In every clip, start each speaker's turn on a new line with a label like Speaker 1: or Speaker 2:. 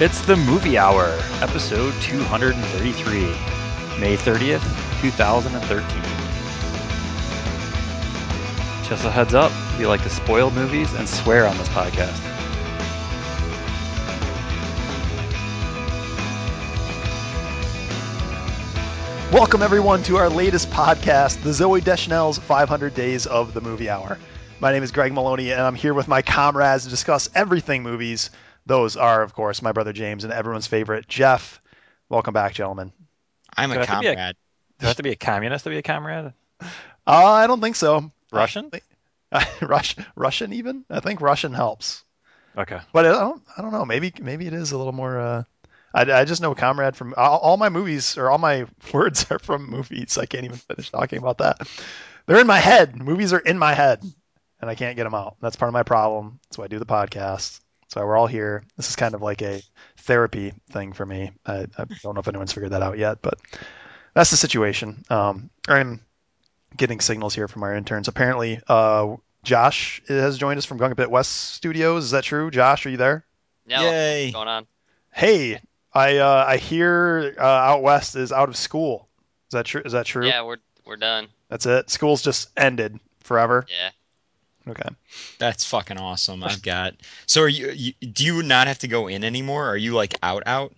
Speaker 1: It's the Movie Hour, episode 233, May 30th, 2013. Just a heads up, we like to spoil movies and swear on this podcast.
Speaker 2: Welcome, everyone, to our latest podcast, the Zoe Deschanel's 500 Days of the Movie Hour. My name is Greg Maloney, and I'm here with my comrades to discuss everything movies. Those are, of course, my brother James and everyone's favorite, Jeff. Welcome back, gentlemen.
Speaker 3: I'm
Speaker 1: Do I
Speaker 3: a
Speaker 1: have to be a-
Speaker 3: comrade.
Speaker 1: Do I have to be a communist to be a comrade?
Speaker 2: Uh, I don't think so.
Speaker 1: Russian?
Speaker 2: Rush, Russian, even? I think Russian helps.
Speaker 1: Okay.
Speaker 2: But I don't, I don't know. Maybe maybe it is a little more. Uh, I, I just know comrade from all, all my movies or all my words are from movies. I can't even finish talking about that. They're in my head. Movies are in my head, and I can't get them out. That's part of my problem. That's why I do the podcast. That's why we're all here. This is kind of like a therapy thing for me. I, I don't know if anyone's figured that out yet, but that's the situation. Um, I'm getting signals here from our interns. Apparently, uh, Josh has joined us from Gunga Pit West Studios. Is that true? Josh, are you there?
Speaker 4: Yeah,
Speaker 3: Yay.
Speaker 4: what's going on?
Speaker 2: Hey, I uh, I hear uh, out west is out of school. Is that true? Is that true?
Speaker 4: Yeah, we're we're done.
Speaker 2: That's it. School's just ended forever.
Speaker 4: Yeah.
Speaker 2: Okay.
Speaker 3: That's fucking awesome. I've got. So are you, you? Do you not have to go in anymore? Are you like out out?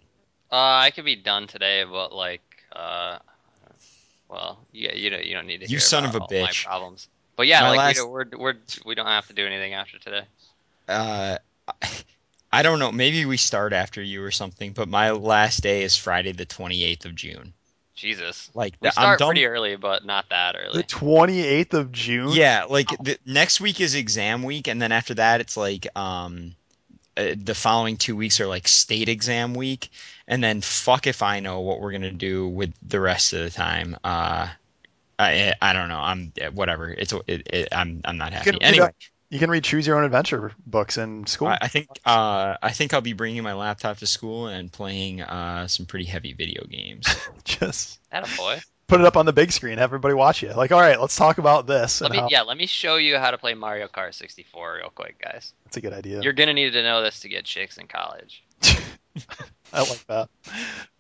Speaker 4: Uh, I could be done today, but like, uh, well, yeah, you don't you don't need to.
Speaker 3: You
Speaker 4: hear
Speaker 3: son
Speaker 4: about
Speaker 3: of a
Speaker 4: all my
Speaker 3: bitch.
Speaker 4: problems. But yeah,
Speaker 3: My
Speaker 4: like
Speaker 3: last-
Speaker 4: we don't, we're we're we don't have to do anything after today.
Speaker 3: Uh, I don't know. Maybe we start after you or something. But my last day is Friday the 28th of June.
Speaker 4: Jesus.
Speaker 3: Like
Speaker 4: We
Speaker 3: I'm
Speaker 4: start
Speaker 3: done.
Speaker 4: pretty early, but not that early.
Speaker 2: The twenty eighth of June.
Speaker 3: Yeah, like the, next week is exam week, and then after that it's like um, uh, the following two weeks are like state exam week, and then fuck if I know what we're gonna do with the rest of the time. Uh, I I don't know. I'm uh, whatever. It's it, it, I'm I'm not happy.
Speaker 2: can read
Speaker 3: Anyway,
Speaker 2: You can read Choose Your Own Adventure books in school.
Speaker 3: I, I think uh, I think I'll be bringing my laptop to school and playing uh, some pretty heavy video games.
Speaker 2: Just
Speaker 4: That a boy.
Speaker 2: put it up on the big screen. Have everybody watch you. Like, all right, let's talk about this.
Speaker 4: Let
Speaker 2: And
Speaker 4: me
Speaker 2: how,
Speaker 4: yeah, let me show you how to play Mario Kart 64 real quick, guys.
Speaker 2: That's a good idea.
Speaker 4: You're gonna need to know this to get chicks in college.
Speaker 2: I like that.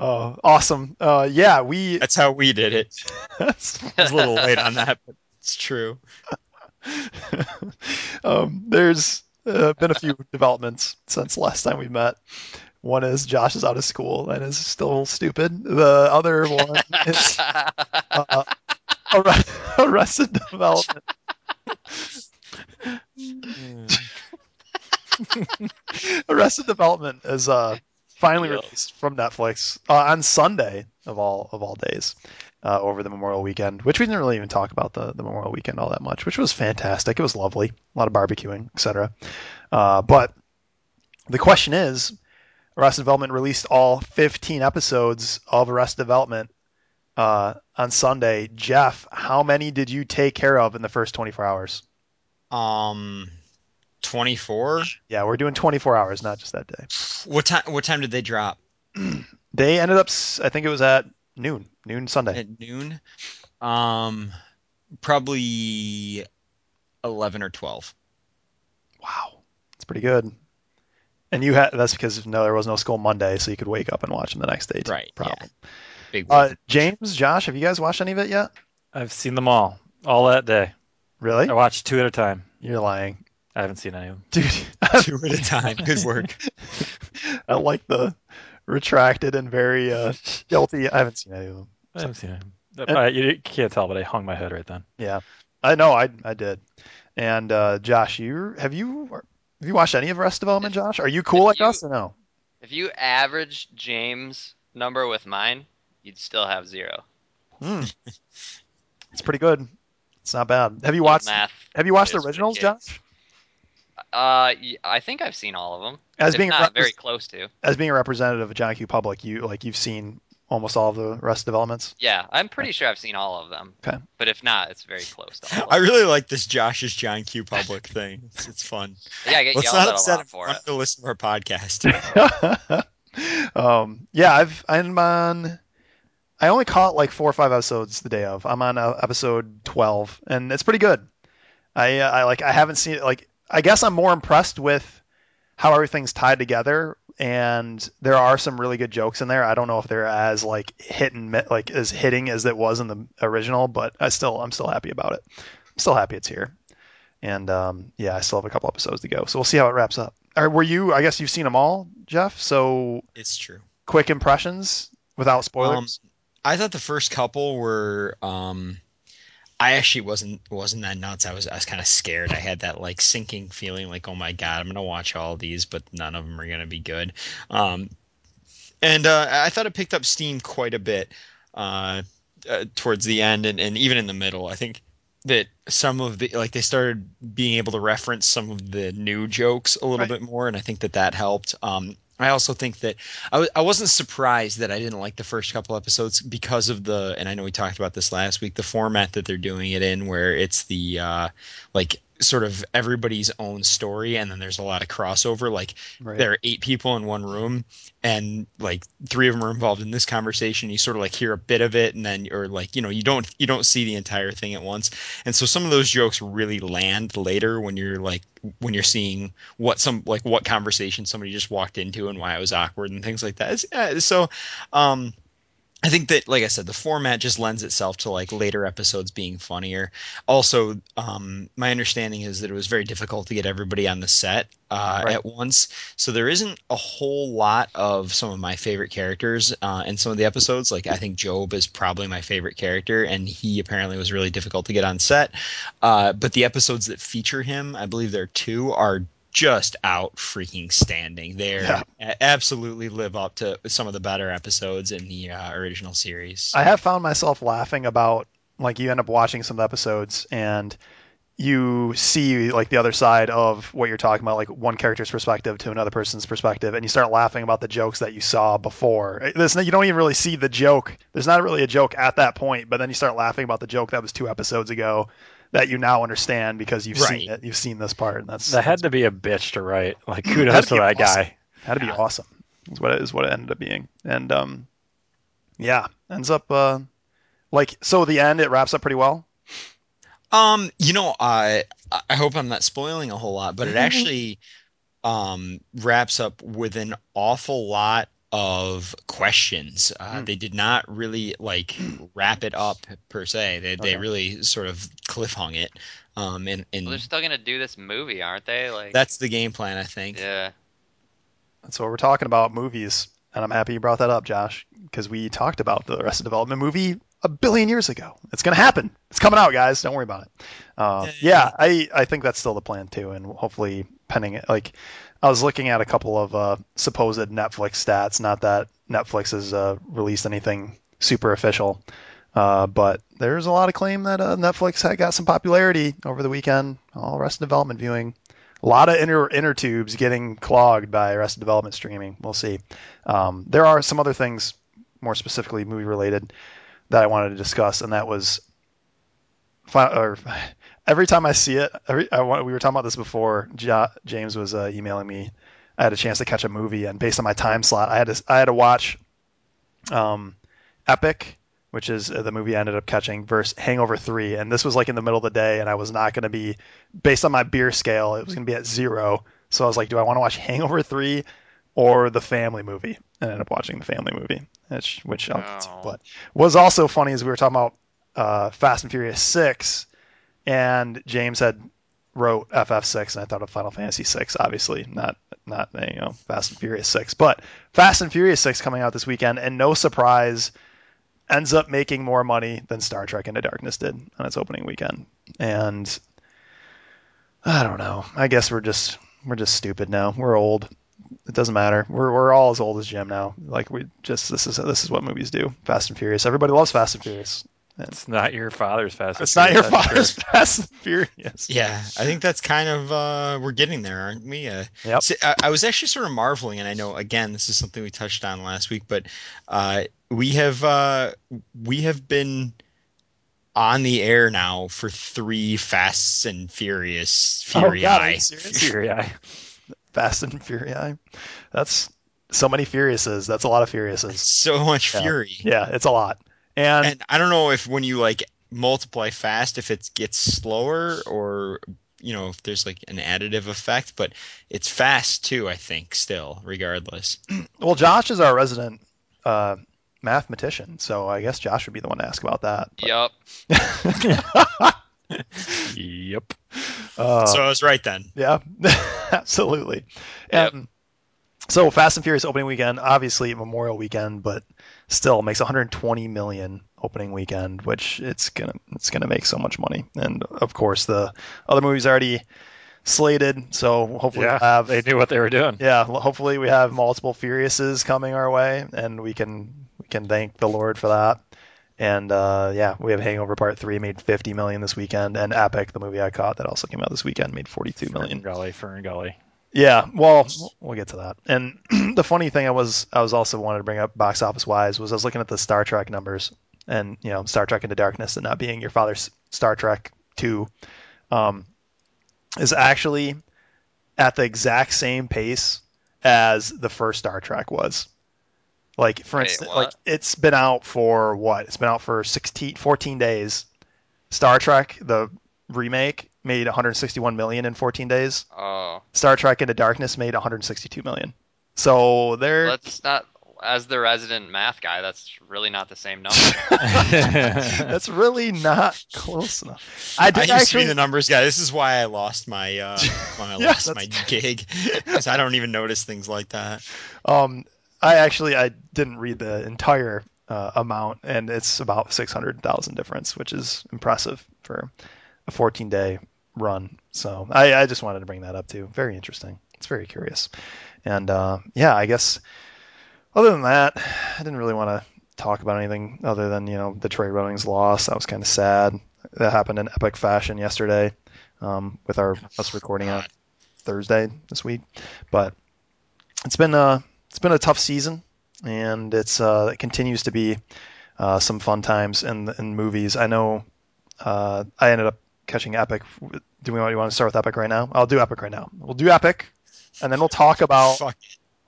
Speaker 2: Oh, awesome. Uh, yeah, we.
Speaker 3: That's how we did it.
Speaker 2: that's-
Speaker 3: I was a little late on that, but it's true.
Speaker 2: um, there's uh, been a few developments since last time we met. One is Josh is out of school and is still stupid. The other one is uh, Arre- Arrested Development. Arrested Development is uh, finally
Speaker 4: Yeah.
Speaker 2: released from Netflix uh, on Sunday of all of all days uh, over the Memorial Weekend, which we didn't really even talk about the, the Memorial Weekend all that much, which was fantastic. It was lovely, a lot of barbecuing, etc. Uh, but the question is, Arrested Development released all 15 episodes of Arrested Development uh, on Sunday. Jeff, how many did you take care of in the first 24 hours?
Speaker 3: Um, twenty four.
Speaker 2: Yeah, we're doing 24 hours, not just that day.
Speaker 3: What time? What time did they drop?
Speaker 2: They ended up, s- I think it was at noon, noon Sunday.
Speaker 3: At noon. Um, probably eleven or twelve.
Speaker 2: Wow, that's pretty good. And you had that's because no, there was no school Monday, so you could wake up and watch them the next day. too,
Speaker 3: Right, yeah.
Speaker 2: Probably.
Speaker 3: Big
Speaker 2: Uh,
Speaker 3: one.
Speaker 2: James, Josh, have you guys watched any of it yet?
Speaker 1: I've seen them all, all that day.
Speaker 2: Really?
Speaker 1: I watched two at a time.
Speaker 2: You're lying,
Speaker 1: I haven't seen any of them.
Speaker 2: dude.
Speaker 3: two at a time. Good work.
Speaker 2: I like the retracted and very uh, guilty. I haven't seen any of them.
Speaker 1: I haven't seen any of them. Uh, you can't tell, but I hung my head right then.
Speaker 2: Yeah, I know. I I did. And uh, Josh, you have you have you watched any of Rest Development, Josh? Are you cool
Speaker 4: If
Speaker 2: like
Speaker 4: you-
Speaker 2: us or no?
Speaker 4: If you average James' number with mine, you'd still have zero.
Speaker 2: Hmm. it's pretty good. It's not bad. Have you
Speaker 4: Old
Speaker 2: watched
Speaker 4: math.
Speaker 2: Have you watched the
Speaker 4: is for
Speaker 2: originals,
Speaker 4: kids.
Speaker 2: Josh?
Speaker 4: Uh, y- I think I've seen all of them.
Speaker 2: As
Speaker 4: If
Speaker 2: being a
Speaker 4: not
Speaker 2: repres-
Speaker 4: very close to.
Speaker 2: as being a representative of John Q. Public, you like you've seen almost all of the Rest developments.
Speaker 4: Yeah, I'm pretty sure I've seen all of them.
Speaker 2: Okay.
Speaker 4: But if not, it's very close to all of
Speaker 3: I
Speaker 4: them.
Speaker 3: really like this Josh's John Q public thing. It's, it's fun.
Speaker 4: yeah, I get
Speaker 3: Let's
Speaker 4: yelled
Speaker 3: not
Speaker 4: at a
Speaker 3: upset him
Speaker 4: lot for it.
Speaker 3: to listen to our podcast.
Speaker 2: um, yeah, I've I'm on. I only caught like four or five episodes the day of. I'm on uh, episode twelve, and it's pretty good. I uh, I like I haven't seen it. Like I guess I'm more impressed with how everything's tied together and there are some really good jokes in there. I don't know if they're as like hit and mi- like as hitting as it was in the original, but I still I'm still happy about it. I'm still happy it's here. And um, yeah, I still have a couple episodes to go, so we'll see how it wraps up. Or were you? I guess you've seen them all, Jeff. So
Speaker 3: It's true.
Speaker 2: quick impressions without spoilers.
Speaker 3: Um, I thought the first couple were. Um, I actually wasn't wasn't that nuts. I was I was kind of scared. I had that like sinking feeling, like oh my god, I'm gonna watch all these, but none of them are gonna be good. Um, and uh, I thought it picked up steam quite a bit uh, uh, towards the end, and, and even in the middle. I think that some of the like they started being able to reference some of the new jokes a little
Speaker 2: Right.
Speaker 3: bit more, and I think that that helped. Um, I also think that I w- I wasn't surprised that I didn't like the first couple episodes because of the, and I know we talked about this last week, the format that they're doing it in, where it's the uh, like sort of everybody's own story, and then there's a lot of crossover. Like
Speaker 2: Right.
Speaker 3: Um, there are eight people in one room, and like three of them are involved in this conversation. You sort of like hear a bit of it, and then or like you know you don't you don't see the entire thing at once. And so some of those jokes really land later when you're like when you're seeing what some like what conversation somebody just walked into and why it was awkward and things like that. It's- uh, so um I think that like I said the format just lends itself to like later episodes being funnier. Also um my understanding is that it was very difficult to get everybody on the set uh
Speaker 2: Right.
Speaker 3: at once. So there isn't a whole lot of some of my favorite characters uh, in some of the episodes. Like I think Job is probably my favorite character, and he apparently was really difficult to get on set. Uh, but the episodes that feature him, I believe there are two, are just out freaking standing. They
Speaker 2: Yeah.
Speaker 3: are a- absolutely live up to some of the better episodes in the uh, original series.
Speaker 2: I have found myself laughing about like you end up watching some of the episodes and you see like the other side of what you're talking about, like one character's perspective to another person's perspective, and you start laughing about the jokes that you saw before. This you don't even really see the joke. There's not really a joke at that point, but then you start laughing about the joke that was two episodes ago that you now understand because you've seen
Speaker 3: Right.
Speaker 2: it. You've seen this part, and that's
Speaker 1: That had to be a bitch to write. Like kudos
Speaker 2: That'd
Speaker 1: to
Speaker 2: be
Speaker 1: that
Speaker 2: awesome.
Speaker 1: guy.
Speaker 2: That'd be awesome. Is what it, is what it ended up being. And um, yeah, ends up uh, like so. The end it wraps up pretty well.
Speaker 3: Um, you know, I I hope I'm not spoiling a whole lot,
Speaker 2: Mm-hmm.
Speaker 3: but it actually um wraps up with an awful lot of questions. Uh,
Speaker 2: Hmm.
Speaker 3: They did not really like wrap it up per se. They
Speaker 2: Okay.
Speaker 3: they really sort of cliffhung it. Um, and and
Speaker 4: Well, they're still gonna do this movie, aren't they? Like
Speaker 3: that's the game plan, I think.
Speaker 4: yeah.
Speaker 2: That's what we're talking about movies, and I'm happy you brought that up, Josh, because we talked about the Arrested Development movie a billion years ago. It's gonna happen. It's coming out, guys. Don't worry about it. Uh,
Speaker 3: Yay.
Speaker 2: yeah, I I think that's still the plan too, and hopefully pending it. Like I was looking at a couple of uh, supposed Netflix stats. Not that Netflix has uh, released anything super official, uh, but there's a lot of claim that uh, Netflix had got some popularity over the weekend. All Arrested Development viewing. A lot of inner inner tubes getting clogged by Arrested Development streaming. We'll see. Um, there are some other things, more specifically movie related, that I wanted to discuss, and that was, fi- or every time I see it, every I want, we were talking about this before. Ja, James was uh, emailing me. I had a chance to catch a movie, and based on my time slot, I had to I had to watch, um, Epic, which is uh, the movie I ended up catching, versus Hangover Three, and this was like in the middle of the day, and I was not going to be based on my beer scale, it was going to be at zero. So I was like, do I want to watch Hangover 3 or the family movie? And I ended up watching the family movie, which, which I'll get to.
Speaker 4: Wow.
Speaker 2: But was also funny is we were talking about uh, Fast and Furious 6, and James had wrote FF6, and I thought of Final Fantasy 6, obviously, not, not you know, Fast and Furious 6. But Fast and Furious 6 coming out this weekend, and no surprise, ends up making more money than Star Trek Into Darkness did on its opening weekend. And I don't know. I guess we're just we're just stupid now. We're old. It doesn't matter. We're we're all as old as Jim now. Like we just this is this is what movies do. Fast and Furious. Everybody loves Fast and Furious.
Speaker 1: It's not your father's fast. and
Speaker 2: It's not your
Speaker 1: Furious, that's
Speaker 2: father's
Speaker 1: sure.
Speaker 2: Fast and Furious.
Speaker 3: Yeah, I think that's kind of uh, we're getting there, aren't we? Uh,
Speaker 2: Yep.
Speaker 3: so- I, I was actually sort of marveling, and I know again this is something we touched on last week, but uh, we have uh, we have been on the air now for three Fasts and Furious Fury
Speaker 2: Oh, God, are you
Speaker 3: Eye.
Speaker 2: serious?
Speaker 1: Fury Eye.
Speaker 2: Fast and Furious. That's so many Furiouses. That's a lot of Furiouses.
Speaker 3: So much
Speaker 2: Yeah.
Speaker 3: fury,
Speaker 2: Yeah, it's a lot. And,
Speaker 3: and I don't know if when you like multiply fast, if it gets slower or you know if there's like an additive effect, but it's fast too. I think still, regardless.
Speaker 2: Well, Josh is our resident uh, mathematician, so I guess Josh would be the one to ask about that.
Speaker 4: Yup.
Speaker 1: Yep.
Speaker 2: Uh,
Speaker 3: so I was right then.
Speaker 2: Yeah, absolutely.
Speaker 4: Yep.
Speaker 2: Um, so Fast and Furious opening weekend, obviously Memorial weekend, but still makes 120 million opening weekend, which it's gonna it's gonna make so much money. And of course, the other movies already slated, so hopefully
Speaker 1: Yeah,
Speaker 2: we'll have
Speaker 1: they knew what they were doing.
Speaker 2: yeah, l- hopefully we have multiple Furiouses coming our way, and we can we can thank the Lord for that. And uh, yeah, we have Hangover Part Three made 50 million this weekend, and Epic, the movie I caught that also came out this weekend, made 42 million.
Speaker 1: Ferngully, Ferngully.
Speaker 2: Yeah, well, we'll get to that. And the funny thing I was I was also wanted to bring up box office wise was I was looking at the Star Trek numbers and you know Star Trek Into Darkness and not being your father's Star Trek two um, is actually at the exact same pace as the first Star Trek was. Like for
Speaker 4: Wait,
Speaker 2: instance,
Speaker 4: what?
Speaker 2: like it's been out for what? It's been out for 16, 14 days. Star Trek the remake made 161 million in 14 days.
Speaker 4: Oh,
Speaker 2: Star Trek Into Darkness made 162 million. So they're
Speaker 4: that's not as the resident math guy. That's really not the same number.
Speaker 2: that's really not close enough. I
Speaker 3: I
Speaker 2: did
Speaker 3: used
Speaker 2: actually
Speaker 3: to be the numbers guy. This is why I lost my uh, when I
Speaker 2: Yeah,
Speaker 3: lost my
Speaker 2: that's-
Speaker 3: gig. 'Cause I don't even notice things like that.
Speaker 2: um I actually I didn't read the entire uh, amount and it's about 600,000 difference, which is impressive for a 14 day run. So I, I just wanted to bring that up too. Very interesting. It's very curious. And uh, yeah, I guess other than that, I didn't really want to talk about anything other than, you know, the Trey Runnings loss. That was kind of sad. That happened in epic fashion yesterday um, with our us recording on Thursday this week. But it's been a, it's been a tough season and it's uh, it continues to be uh, some fun times in, in movies. I know uh, I ended up catching Epic. Do we want, you want to start with Epic right now? I'll do Epic right now. We'll do Epic, and then we'll talk about
Speaker 3: Fuck.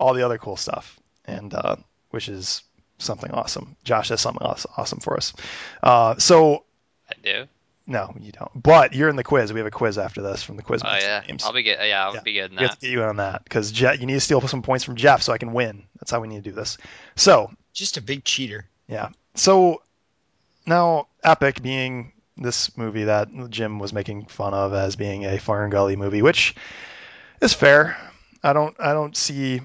Speaker 2: all the other cool stuff, and uh, which is something awesome. Josh has something awes- awesome for us. Uh, so
Speaker 4: I do.
Speaker 2: no, you don't. But you're in the quiz. We have a quiz after this from the quiz.
Speaker 4: Oh yeah,
Speaker 2: games.
Speaker 4: I'll be good. Yeah, I'll
Speaker 2: Yeah.
Speaker 4: be good in
Speaker 2: We have
Speaker 4: that.
Speaker 2: to get you on that because Jeff, you need to steal some points from Jeff so I can win. That's how we need to do this. So
Speaker 3: Just a big cheater.
Speaker 2: yeah. So now Epic being this movie that Jim was making fun of as being a foreign gully movie, which is fair. I don't I don't see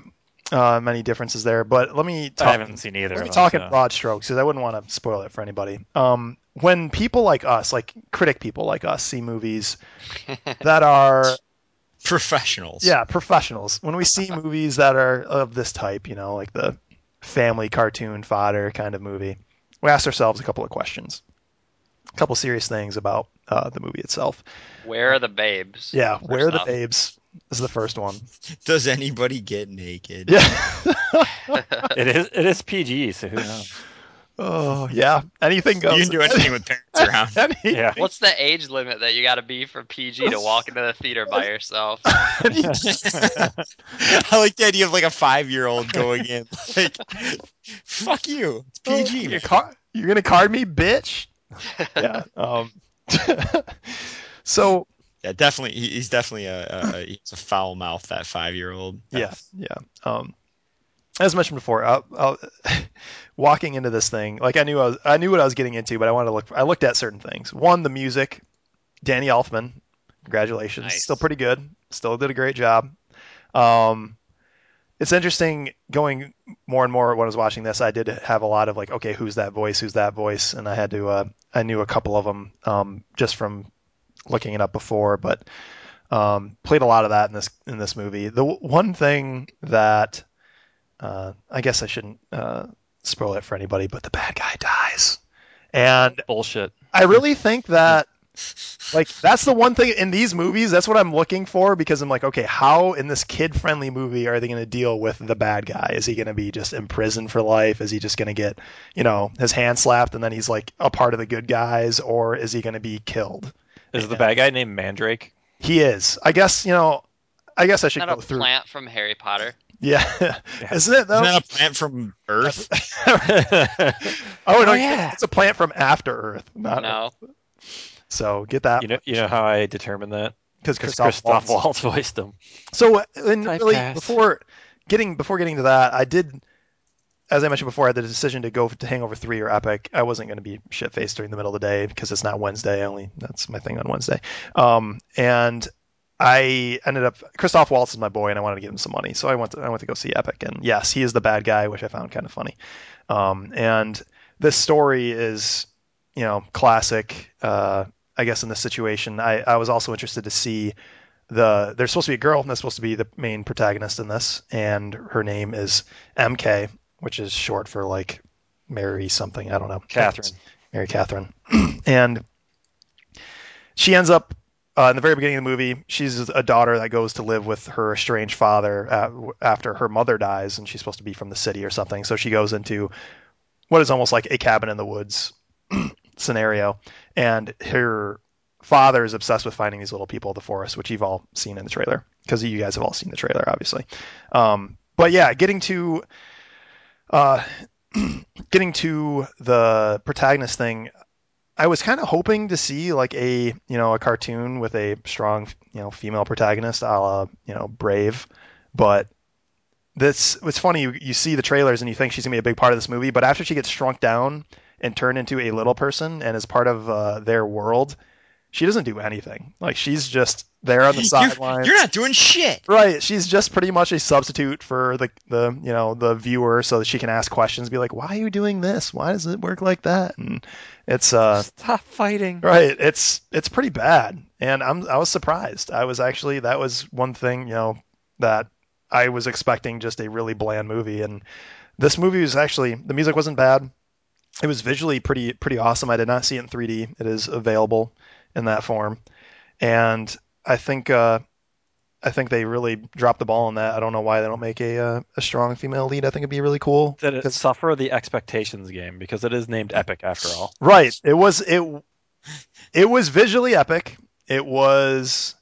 Speaker 2: uh, many differences there, but let me
Speaker 1: I
Speaker 2: talk,
Speaker 1: haven't seen either.
Speaker 2: let me
Speaker 1: of
Speaker 2: talk
Speaker 1: them,
Speaker 2: in
Speaker 1: so.
Speaker 2: broad strokes because I wouldn't want to spoil it for anybody. Um, when people like us, like critic people like us, see movies that are
Speaker 3: Professionals.
Speaker 2: yeah, professionals. When we see movies that are of this type, you know, like the family cartoon fodder kind of movie, we ask ourselves a couple of questions, a couple serious things about uh, the movie itself.
Speaker 4: Where are the babes?
Speaker 2: Yeah, where are the
Speaker 4: off.
Speaker 2: babes? Is the first one.
Speaker 3: Does anybody get naked?
Speaker 2: Yeah.
Speaker 1: It is it is PG, so who knows?
Speaker 2: Oh, yeah. Anything goes.
Speaker 3: You can do anything with parents around.
Speaker 2: Any,
Speaker 1: Yeah.
Speaker 4: What's the age limit that you got to be for PG to walk into the theater by yourself?
Speaker 2: any-
Speaker 3: I like the idea of like a five year old going in. Like, fuck you. It's PG.
Speaker 2: Oh, You're, car- you're gonna card me, bitch. Yeah. Um. so
Speaker 3: yeah, definitely. he- He's definitely a, a, a- he's a foul mouth. That five year old.
Speaker 2: yeah yeah um as mentioned before I, I, walking into this thing like i knew I, was, I knew what i was getting into but i wanted to look i looked at certain things one the music danny elfman congratulations
Speaker 4: Nice.
Speaker 2: still pretty good still did a great job um it's interesting going more and more when i was watching this i did have a lot of like okay who's that voice who's that voice and i had to uh, i knew a couple of them um, just from looking it up before but um, played a lot of that in this in this movie. The w- one thing that uh, I guess I shouldn't uh, spoil it for anybody, but the bad guy dies, and
Speaker 1: Bullshit.
Speaker 2: I really think that like that's the one thing in these movies. That's what I'm looking for because I'm like, okay, how in this kid-friendly movie are they going to deal with the bad guy? Is he going to be just imprisoned for life? Is he just going to get you know his hand slapped and then he's like a part of the good guys, or is he going to be killed?
Speaker 1: Is the bad guy named Mandrake?
Speaker 2: He is. I guess you know. I guess I should
Speaker 4: Not
Speaker 2: go
Speaker 4: a
Speaker 2: through.
Speaker 4: plant from Harry Potter.
Speaker 2: Yeah, isn't it though?
Speaker 3: Isn't that a plant from Earth?
Speaker 2: oh no,
Speaker 1: Oh, yeah.
Speaker 2: it's a plant from After Earth. Not
Speaker 4: No,
Speaker 2: So get that.
Speaker 1: you know you know how I determined that?
Speaker 2: because
Speaker 1: because
Speaker 2: Christoph,
Speaker 1: Christoph
Speaker 2: Waltz.
Speaker 1: Waltz voiced him.
Speaker 2: So uh, and really
Speaker 1: Typecast.
Speaker 2: before getting before getting to that, I did as I mentioned before, I had the decision to go to Hangover Three or Epic. I wasn't going to be shit faced during the middle of the day because it's not Wednesday. I Only that's my thing on Wednesday. Um, and I ended up Christoph Waltz is my boy, and I wanted to give him some money, so I went to, I went to go see Epic. And yes, he is the bad guy, which I found kind of funny. Um, and this story is you know classic. Uh, I guess in this situation, I, I was also interested to see the there's supposed to be a girl and that's supposed to be the main protagonist in this and her name is mk which is short for like mary something i don't know
Speaker 1: Catherine.
Speaker 2: mary catherine and she ends up uh, in the very beginning of the movie she's a daughter that goes to live with her estranged father uh, w- after her mother dies and she's supposed to be from the city or something so she goes into what is almost like a cabin in the woods scenario and her father is obsessed with finding these little people of the forest, which you've all seen in the trailer because you guys have all seen the trailer, obviously. Um, but yeah, getting to uh, getting to the protagonist thing, I was kind of hoping to see like a you know a cartoon with a strong you know female protagonist, a la you know Brave, but this it's funny you, you see the trailers and you think she's gonna be a big part of this movie, but after she gets shrunk down and turned into a little person and is part of uh, their world, she doesn't do anything. Like she's just there on the
Speaker 3: You're,
Speaker 2: sidelines.
Speaker 3: you're not doing shit.
Speaker 2: Right, she's just pretty much a substitute for the the you know the viewer, so that she can ask questions, be like, "Why are you doing this? Why does it work like that?" And it's uh,
Speaker 1: Stop fighting.
Speaker 2: Right. It's it's pretty bad, and I'm I was surprised. I was actually that was one thing you know that I was expecting just a really bland movie, and this movie was actually the music wasn't bad. It was visually pretty pretty awesome. I did not see it in 3D. It is available in that form, and I think uh, I think they really dropped the ball on that. I don't know why they don't make a uh, a strong female lead. I think it'd be really cool.
Speaker 1: Did it
Speaker 2: 'Cause-
Speaker 1: suffer the expectations game because it is named Epic after all?
Speaker 2: Right. It was it it was visually epic. It was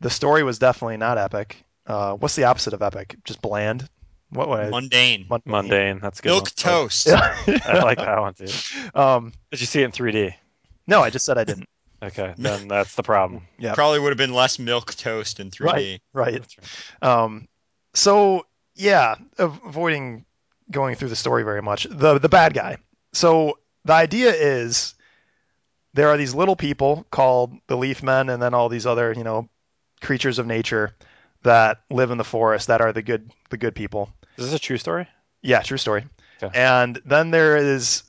Speaker 2: the story was definitely not epic. Uh, what's the opposite of epic? Just bland. What would I,
Speaker 3: Mundane.
Speaker 2: Mon-
Speaker 1: Mundane. That's a good.
Speaker 3: Milk
Speaker 1: one.
Speaker 3: toast.
Speaker 1: I like that one too.
Speaker 2: um,
Speaker 1: Did you see it in 3D?
Speaker 2: no, I just said I didn't.
Speaker 1: Okay, then that's the problem.
Speaker 2: Yeah.
Speaker 3: Probably would have been less milk toast in 3D.
Speaker 2: Right. Right.
Speaker 1: That's right.
Speaker 2: Um, so yeah, av- avoiding going through the story very much. The the bad guy. So the idea is there are these little people called the leaf men and then all these other, you know, creatures of nature that live in the forest that are the good the good people.
Speaker 1: Is this a true story?
Speaker 2: Yeah, true story.
Speaker 1: Okay.
Speaker 2: And then there is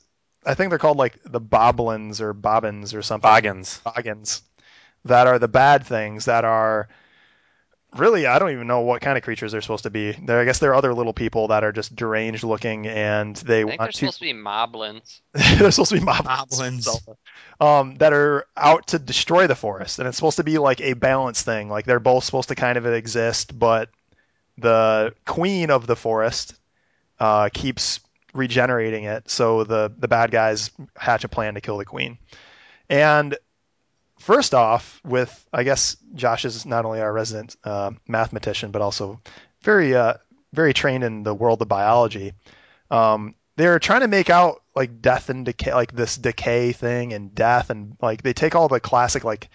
Speaker 2: I think they're called like the boblins or bobbins or something
Speaker 1: Boggins.
Speaker 2: boggins that are the bad things that are really I don't even know what kind of creatures they're supposed to be. There I guess there are other little people that are just deranged looking and they
Speaker 4: I think they're
Speaker 2: want to
Speaker 4: supposed to be moblins.
Speaker 2: they're supposed to be moblins.
Speaker 3: Moblins.
Speaker 2: Um, that are out to destroy the forest and it's supposed to be like a balance thing. Like they're both supposed to kind of exist, but the queen of the forest uh, keeps regenerating it, so the the bad guys hatch a plan to kill the queen. And first off, with I guess Josh is not only our resident uh, mathematician, but also very uh, very trained in the world of biology. Um, they're trying to make out like death and decay, like this decay thing and death, and like they take all the classic like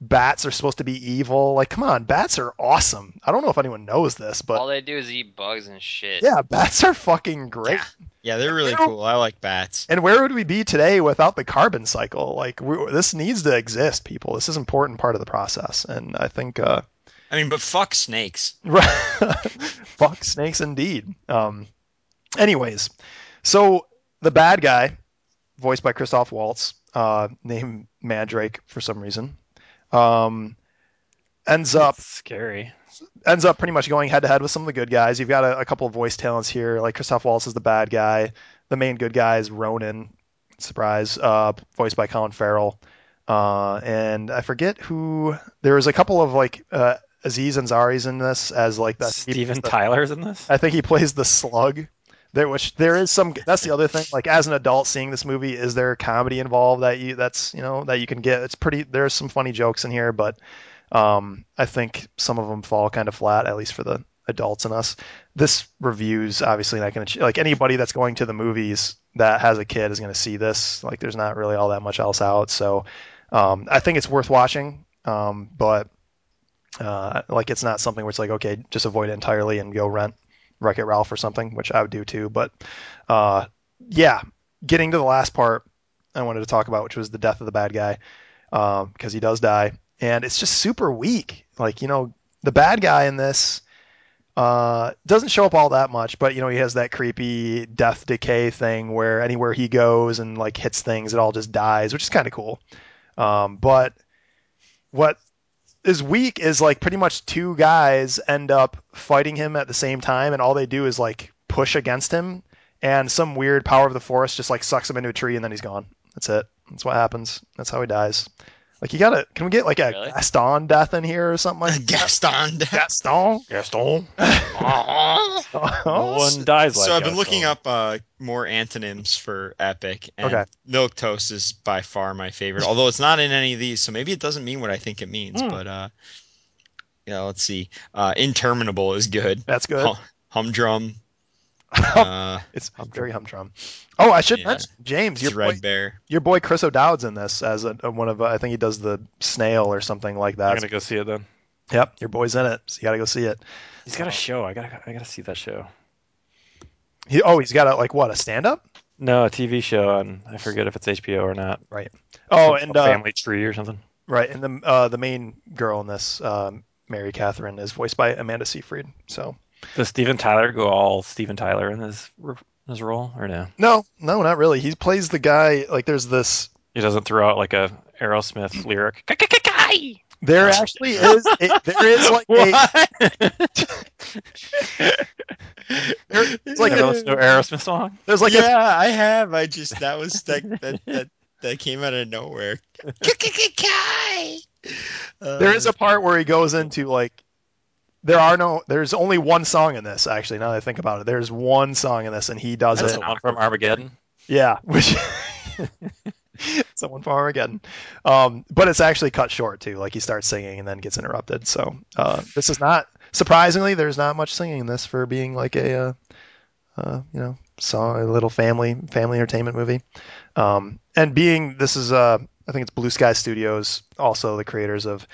Speaker 2: bats are supposed to be evil. Like, come on, bats are awesome. I don't know if anyone knows this,
Speaker 4: All
Speaker 2: but
Speaker 4: they do is eat bugs and shit.
Speaker 2: yeah, bats are fucking great.
Speaker 3: Yeah. Yeah, they're really
Speaker 2: Well-
Speaker 3: cool. I like bats.
Speaker 2: And where would we be today without the carbon cycle? Like we, this needs to exist, people. This is an important part of the process, and I think uh,
Speaker 3: I mean, but fuck snakes.
Speaker 2: right, fuck snakes indeed. Um, anyways, so the bad guy, voiced by Christoph Waltz, uh, named Mandrake for some reason, um, ends up
Speaker 1: That's scary.
Speaker 2: ends up pretty much going head to head with some of the good guys. You've got a, a couple of voice talents here, like Christoph Waltz is the bad guy. The main good guy is Ronan, surprise, uh, voiced by Colin Farrell. Uh, and I forget who. There was a couple of like uh, Aziz Ansari's in this as like that.
Speaker 1: Steven Tyler's in this.
Speaker 2: I think he plays the slug. There, which there is some. That's the other thing. Like as an adult seeing this movie, is there comedy involved that you that's you know that you can get? It's pretty. There's some funny jokes in here, but um, I think some of them fall kind of flat, at least for the adults in us. This review's obviously not going to like anybody that's going to the movies that has a kid is going to see this. Like there's not really all that much else out, so um, I think it's worth watching. Um, but Uh, like it's not something where it's like okay, just avoid it entirely and go rent Wreck It Ralph or something, which I would do too. But uh, yeah, getting to the last part I wanted to talk about, which was the death of the bad guy, because he does die, and it's just super weak. Like you know, the bad guy in this uh, doesn't show up all that much, but you know he has that creepy death decay thing where anywhere he goes and like hits things, it all just dies, which is kind of cool. Um, but what is weak is like pretty much two guys end up fighting him at the same time, and all they do is like push against him, and some weird power of the forest just like sucks him into a tree, and then he's gone. That's it. That's what happens. That's how he dies. Like you gotta, can we get like a
Speaker 4: Really?
Speaker 2: Gaston death in here or something like that?
Speaker 3: Gaston.
Speaker 2: Gaston? Gaston?
Speaker 3: Uh-huh.
Speaker 1: No
Speaker 2: Oh,
Speaker 1: one dies like
Speaker 3: so I've been
Speaker 1: that,
Speaker 3: looking
Speaker 1: so-
Speaker 3: up uh, more antonyms for epic, and
Speaker 2: Okay.
Speaker 3: milk toast is by far my favorite. Although it's not in any of these, so maybe it doesn't mean what I think it means.
Speaker 2: Hmm.
Speaker 3: But uh, yeah, let's see. Uh, interminable is good.
Speaker 2: that's good.
Speaker 3: Hum- humdrum.
Speaker 2: Oh,
Speaker 3: Uh,
Speaker 2: It's very humdrum. Oh, I should
Speaker 3: Yeah.
Speaker 2: mention James, your boy,
Speaker 3: thread bear.
Speaker 2: your boy Chris O'Dowd's in this as a, a- one of uh, I think he does the snail or something like
Speaker 1: I'm
Speaker 2: that.
Speaker 1: gonna go see it then.
Speaker 2: Yep, your boy's in it, so you gotta go see it.
Speaker 1: He's got a show. I gotta I gotta see that show.
Speaker 2: He, oh, he's got a like what a stand up.
Speaker 1: No, a TV show on I forget if it's HBO or not.
Speaker 2: Oh,
Speaker 1: It's
Speaker 2: and
Speaker 1: called
Speaker 2: uh,
Speaker 1: Family Tree or something.
Speaker 2: right, and the uh, the main girl in this, um, Mary Catherine, is voiced by Amanda Seyfried. So
Speaker 1: Does Steven Tyler go all Steven Tyler in his his role or no?
Speaker 2: no, no, not really. He plays the guy like there's this.
Speaker 1: He doesn't throw out like a Aerosmith lyric.
Speaker 2: There actually is it, there is like a,
Speaker 3: What?
Speaker 2: it's like
Speaker 1: you ever listen to an Aerosmith song?
Speaker 2: there's like a
Speaker 3: yeah, I have. I just that was that that that, that came out of nowhere. Uh,
Speaker 2: There is a part where he goes into like there are no there's only one song in this actually now that I think about it. There's one song in this and he does
Speaker 1: That's
Speaker 2: it.
Speaker 1: the one from Armageddon.
Speaker 2: Yeah, which someone from Armageddon. Um but it's actually cut short too. Like he starts singing and then gets interrupted. So uh this is not surprisingly there's not much singing in this for being like a uh, uh you know song a little family family entertainment movie. Um and being this is uh I think it's Blue Sky Studios also the creators of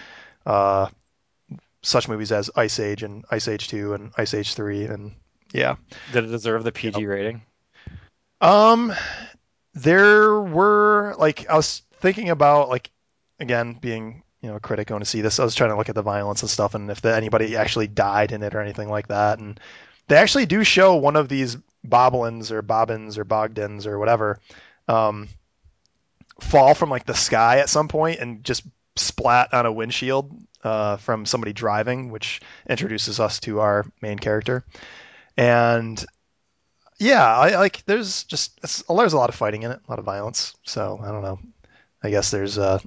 Speaker 2: uh, such movies as Ice Age and Ice Age 2 and Ice Age 3 and yeah.
Speaker 1: Did it deserve the PG rating?
Speaker 2: Um there were like I was thinking about like again being you know a critic going to see this I was trying to look at the violence and stuff and if the, anybody actually died in it or anything like that and they actually do show one of these boblins or bobbins or bogdins or whatever um, fall from like the sky at some point and just splat on a windshield uh, from somebody driving, which introduces us to our main character. And yeah, I like there's just it's, there's a lot of fighting in it, a lot of violence. So I don't know. I guess there's uh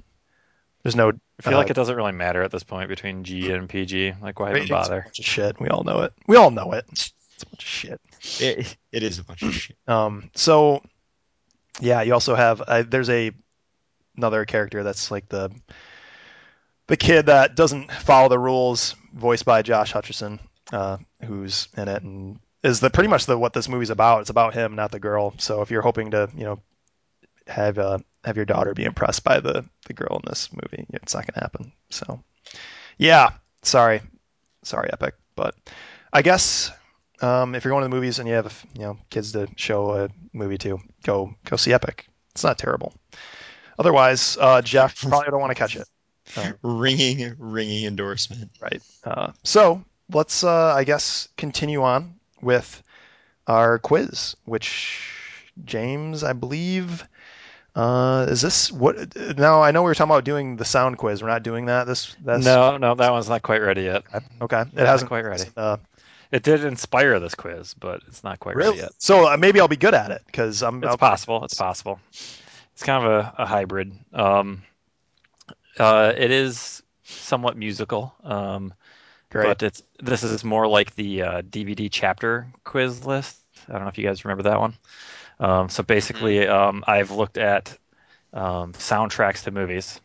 Speaker 2: there's no
Speaker 1: I feel
Speaker 2: Uh,
Speaker 1: like it doesn't really matter at this point between G and PG. Like, why even
Speaker 2: ratings. It's a
Speaker 1: bother?
Speaker 2: bunch of shit. We all know it. We all know it. It's a bunch of shit.
Speaker 3: It, it is a bunch of shit.
Speaker 2: Um, so, yeah, you also have uh, there's a another character that's like the the kid that doesn't follow the rules, voiced by Josh Hutcherson, uh, who's in it and is the pretty much the what this movie's about. It's about him, not the girl. So if you're hoping to, you know, have uh, have your daughter be impressed by the the girl in this movie, it's not gonna happen. So, yeah, sorry, sorry, Epic, but I guess um, if you're going to the movies and you have you know kids to show a movie to, go go see Epic. It's not terrible. Otherwise, uh, Jeff probably don't want to catch it.
Speaker 3: Ringing, ringing endorsement.
Speaker 2: Uh, so let's, uh, I guess, continue on with our quiz, which James, I believe, uh, is this what? Now I know we were talking about doing the sound quiz. We're not doing that. This that's
Speaker 1: No, no, that one's not quite ready yet.
Speaker 2: okay. It
Speaker 1: not
Speaker 2: hasn't
Speaker 1: quite ready.
Speaker 2: Uh,
Speaker 1: It did inspire this quiz, but it's not quite ready yet.
Speaker 2: So uh, maybe I'll be good at it because I'm.
Speaker 1: It's
Speaker 2: I'll-
Speaker 1: possible. It's possible. It's kind of a, a hybrid. Um, uh, it is somewhat musical, um,
Speaker 2: Great.
Speaker 1: but it's this is more like the uh, DVD chapter quiz list. I don't know if you guys remember that one. Um, so
Speaker 3: Mm-hmm.
Speaker 1: basically, um, I've looked at um, soundtracks to movies,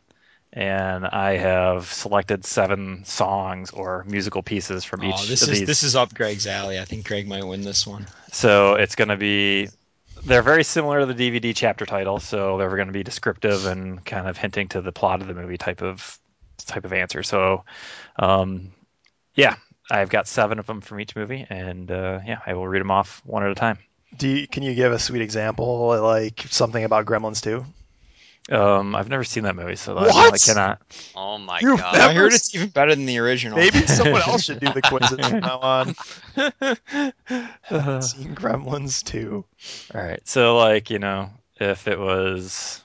Speaker 1: and I have selected seven songs or musical pieces from each
Speaker 3: Oh, this
Speaker 1: of
Speaker 3: is
Speaker 1: these.
Speaker 3: this is up Greg's alley. I think Greg might win this one.
Speaker 1: So it's going to be. They're very similar to the DVD chapter title, so they're going to be descriptive and kind of hinting to the plot of the movie type of type of answer. So, um, yeah, I've got seven of them from each movie, and uh, yeah, I will read them off one at a time.
Speaker 2: Do you, can you give a sweet example, like something about Gremlins 2?
Speaker 1: Um, I've never seen that movie, so I- I
Speaker 2: What?
Speaker 1: cannot.
Speaker 4: Oh my
Speaker 2: You've
Speaker 4: god.
Speaker 2: never-
Speaker 3: I heard it's even better than the original.
Speaker 2: Maybe someone else should do the quizzes from now on.
Speaker 1: Uh,
Speaker 2: Seen Gremlins 2.
Speaker 1: all right, so like you know, if it was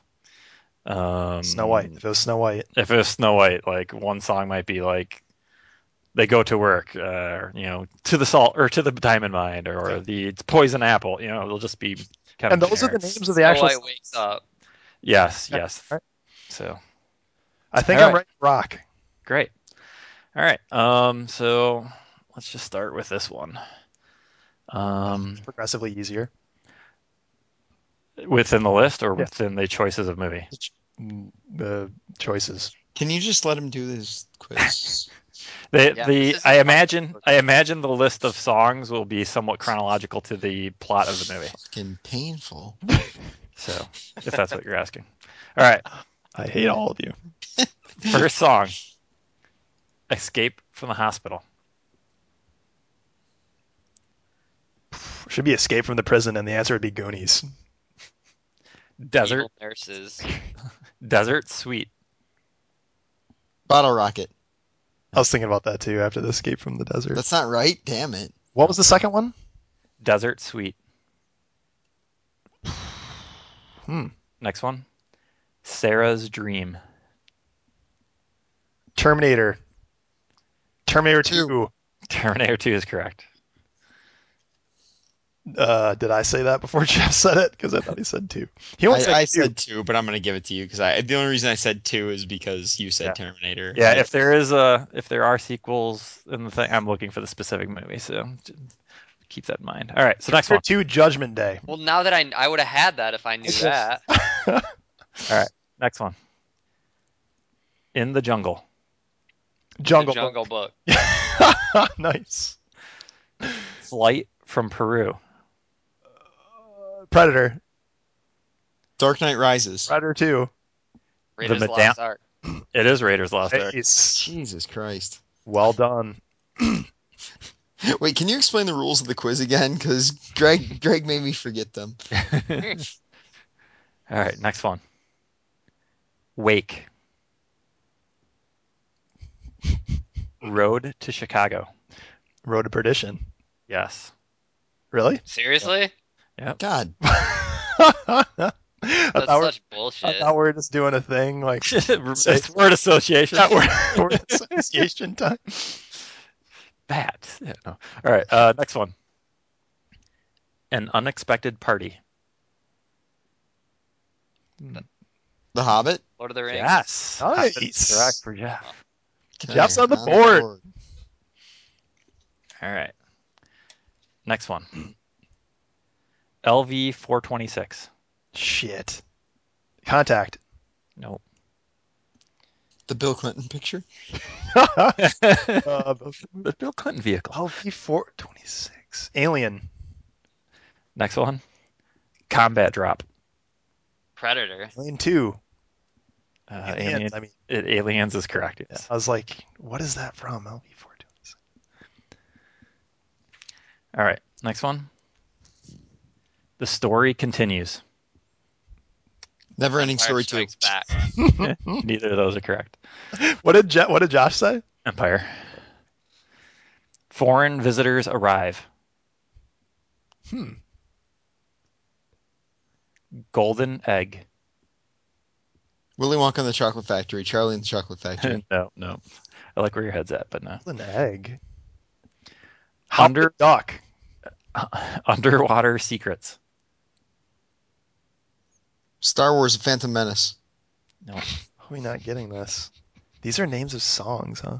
Speaker 1: um,
Speaker 2: Snow White. If it was Snow White.
Speaker 1: if it was Snow White, like one song might be like they go to work, uh, or, you know, to the salt or to the diamond mine or, the poison apple. You know, it'll just be kind
Speaker 2: And
Speaker 1: of.
Speaker 2: those are the
Speaker 1: generic.
Speaker 2: names of the
Speaker 4: Oh,
Speaker 2: actual.
Speaker 4: I wakes up.
Speaker 1: Yes,
Speaker 2: Yeah,
Speaker 1: yes.
Speaker 2: right.
Speaker 1: So
Speaker 2: I think
Speaker 1: All
Speaker 2: I'm
Speaker 1: right.
Speaker 2: right. Rock.
Speaker 1: great. All right. Um. So let's just start with this one. Um,
Speaker 2: Progressively easier.
Speaker 1: within the list or
Speaker 2: Yeah.
Speaker 1: within the choices of movie.
Speaker 2: Mm, The choices.
Speaker 3: Can you just let him do this quiz?
Speaker 1: The
Speaker 4: Yeah, this
Speaker 1: the
Speaker 4: is
Speaker 1: I
Speaker 4: a-
Speaker 1: imagine I imagine the list of songs will be somewhat chronological to the plot of the movie.
Speaker 3: Fucking painful.
Speaker 1: So if that's what you're asking. All right.
Speaker 2: I hate all of you.
Speaker 1: First song. Escape from the hospital.
Speaker 2: Should be Escape from the Prison, and the answer would be Goonies.
Speaker 1: Desert
Speaker 4: Evil nurses.
Speaker 1: Desert Sweet.
Speaker 3: Bottle rocket.
Speaker 2: I was thinking about that too after the Escape from the Desert.
Speaker 3: That's not right. Damn it.
Speaker 2: What was the second one?
Speaker 1: Desert Sweet.
Speaker 2: Hmm.
Speaker 1: Next one. Sarah's Dream.
Speaker 2: Terminator. Terminator
Speaker 3: Two.
Speaker 2: 2.
Speaker 1: Terminator 2 is correct.
Speaker 2: Uh, did I say that before Jeff said it? Because I thought he said 2. He only
Speaker 3: I,
Speaker 2: said
Speaker 3: I
Speaker 2: 2.
Speaker 3: said two, but I'm gonna give it to you because I. The only reason I said two is because you said
Speaker 1: Yeah.
Speaker 3: Terminator.
Speaker 1: Yeah,
Speaker 3: I-
Speaker 1: if there is a if there are sequels in the thing, I'm looking for the specific movie, so j- keep that in mind. All right, so next one.
Speaker 2: Terminator 2 Judgment Day.
Speaker 4: Well, now that I I would have had that if I knew that.
Speaker 1: Next one. In the jungle.
Speaker 2: Jungle.
Speaker 4: The Jungle Book.
Speaker 2: nice.
Speaker 1: Flight from Peru.
Speaker 2: Predator.
Speaker 3: Dark Knight Rises.
Speaker 2: Predator 2.
Speaker 4: Raiders
Speaker 1: The
Speaker 4: of the Lost Ark.
Speaker 1: It is Raiders Lost Ark.
Speaker 2: Nice.
Speaker 3: Jesus Christ.
Speaker 2: Well done.
Speaker 3: Wait, can you explain the rules of the quiz again? Because Greg, Greg made me forget them.
Speaker 1: All right, next one. Wake. Road to Chicago.
Speaker 2: Road to Perdition.
Speaker 1: Yes.
Speaker 2: Really?
Speaker 4: Seriously?
Speaker 3: God,
Speaker 2: I,
Speaker 4: That's
Speaker 2: thought we're,
Speaker 4: such
Speaker 2: I
Speaker 4: bullshit.
Speaker 2: thought we were just doing a thing like
Speaker 1: it's word association.
Speaker 2: that word, word association time.
Speaker 1: Bat. Yeah, no. All right, uh, next one. An unexpected party.
Speaker 3: The Hobbit.
Speaker 4: Lord of the Rings.
Speaker 1: Yes.
Speaker 2: Nice.
Speaker 1: That's Correct for Jeff.
Speaker 2: Jeff's on the board.
Speaker 1: All right. Next one. LV four twenty six.
Speaker 2: Shit. Contact.
Speaker 1: Nope.
Speaker 3: The Bill Clinton picture.
Speaker 2: Uh, oh,
Speaker 1: The Bill Clinton vehicle.
Speaker 2: LP426. Alien.
Speaker 1: Next one. Combat drop.
Speaker 4: Predator.
Speaker 2: Alien 2.
Speaker 1: Uh,
Speaker 2: Aliens,
Speaker 1: Alien-
Speaker 2: I mean,
Speaker 1: it- aliens is correct. Yes.
Speaker 2: I was like, what is that from? Oh, LP426.
Speaker 1: All right. Next one. The story continues.
Speaker 3: Never ending
Speaker 4: Empire
Speaker 3: story two.
Speaker 4: Strikes Back.
Speaker 1: Neither of those are correct.
Speaker 2: What did Je- what did Josh say?
Speaker 1: Empire. Foreign visitors arrive.
Speaker 2: Hmm.
Speaker 1: Golden egg.
Speaker 3: Willy Wonka and the Chocolate Factory. Charlie and the Chocolate Factory.
Speaker 1: no, no. I like where your head's at, but no.
Speaker 2: An egg. Hop
Speaker 1: Under
Speaker 2: the duck.
Speaker 1: underwater secrets.
Speaker 3: Star Wars: The Phantom Menace.
Speaker 2: How are we not getting this? These are names of songs, huh?